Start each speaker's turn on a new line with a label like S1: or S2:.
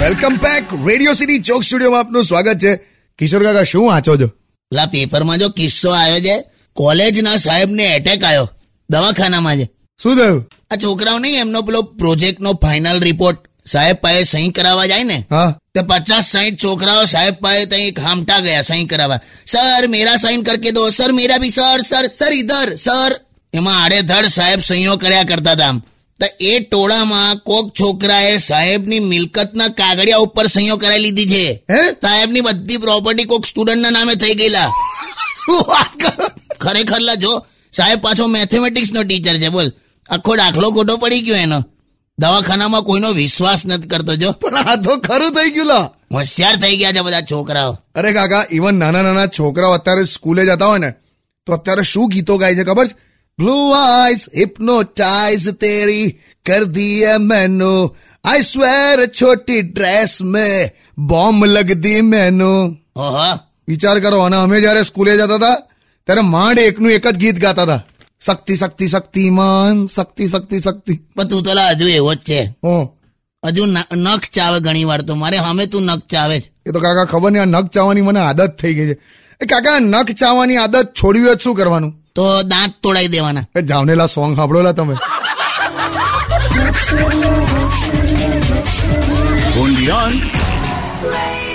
S1: welcome back radio city ચોક સ્ટુડિયોમાં આપનું સ્વાગત છે કિશોર કાકા શું વાંચો છો
S2: લા પેપરમાં જો કિસ્સો આવ્યો છે કોલેજના સાહેબને એટેક આવ્યો દવાખાનામાં છે
S1: શું થયું
S2: આ છોકરાઓ નહીં એમનો પેલો પ્રોજેક્ટનો ફાઇનલ રિપોર્ટ સાહેબ પાસે સહી કરાવવા જાય ને
S1: હા
S2: તો પચાસ સાઈઠ છોકરાઓ સાહેબ પાસે ત્યાં ખામટા ગયા સહી કરાવવા સર મેરા સાઈન કરકે દો સર મેરા ભી સર સર સર ઇધર સર એમાં આડેધડ સાહેબ સહીઓ કર્યા કરતા હતા આમ તો એ ટોળામાં કોક છોકરાએ સાહેબની મિલકતના કાગળિયા ઉપર સહીઓ કરાવી લીધી છે
S1: હે
S2: સાહેબની બધી પ્રોપર્ટી કોક સ્ટુડન્ટના નામે થઈ ગયેલા
S1: શું વાત કરો
S2: ખરેખર લા જો સાહેબ પાછો મેથેમેટિક્સ નો ટીચર છે બોલ આખો દાખલો ખોટો પડી ગયો એનો દવાખાનામાં કોઈનો વિશ્વાસ નથી કરતો જો
S1: પણ આ તો ખરું થઈ ગયું લા
S2: હોશિયાર થઈ ગયા છે બધા છોકરાઓ
S1: અરે કાકા ઇવન નાના નાના છોકરાઓ અત્યારે સ્કૂલે જતા હોય ને તો અત્યારે શું ગીતો ગાય છે ખબર છે બ્લુ આઈસ હિપ્નોટાઇઝ તેરી કર દીએ મેનો આઈ સ્વેર છોટી ડ્રેસ મે બોમ્બ લગ દી મેનો
S2: ઓહો
S1: વિચાર કરો અને અમે જ્યારે સ્કૂલે જતા હતા ત્યારે માંડ એકનું એક જ ગીત ગાતા હતા શક્તિ શક્તિ શક્તિ માન શક્તિ શક્તિ શક્તિ
S2: પણ તું તો લા હજુ એવો જ છે
S1: હો
S2: હજુ ન- નખ ચાવે ઘણી વાર તો મારે હમે તું નખ ચાવે છે
S1: એ તો કાકા ખબર નહીં આ નખ ચાવાની મને આદત થઈ ગઈ છે એ કાકા આ નખ ચાવાની આદત છોડવી હોય તો શું કરવાનું
S2: તો દાંત તોડાઈ દેવાના
S1: એ જાવનેલા સોંગ સાંભળોલા તમે
S3: Only on
S4: Radio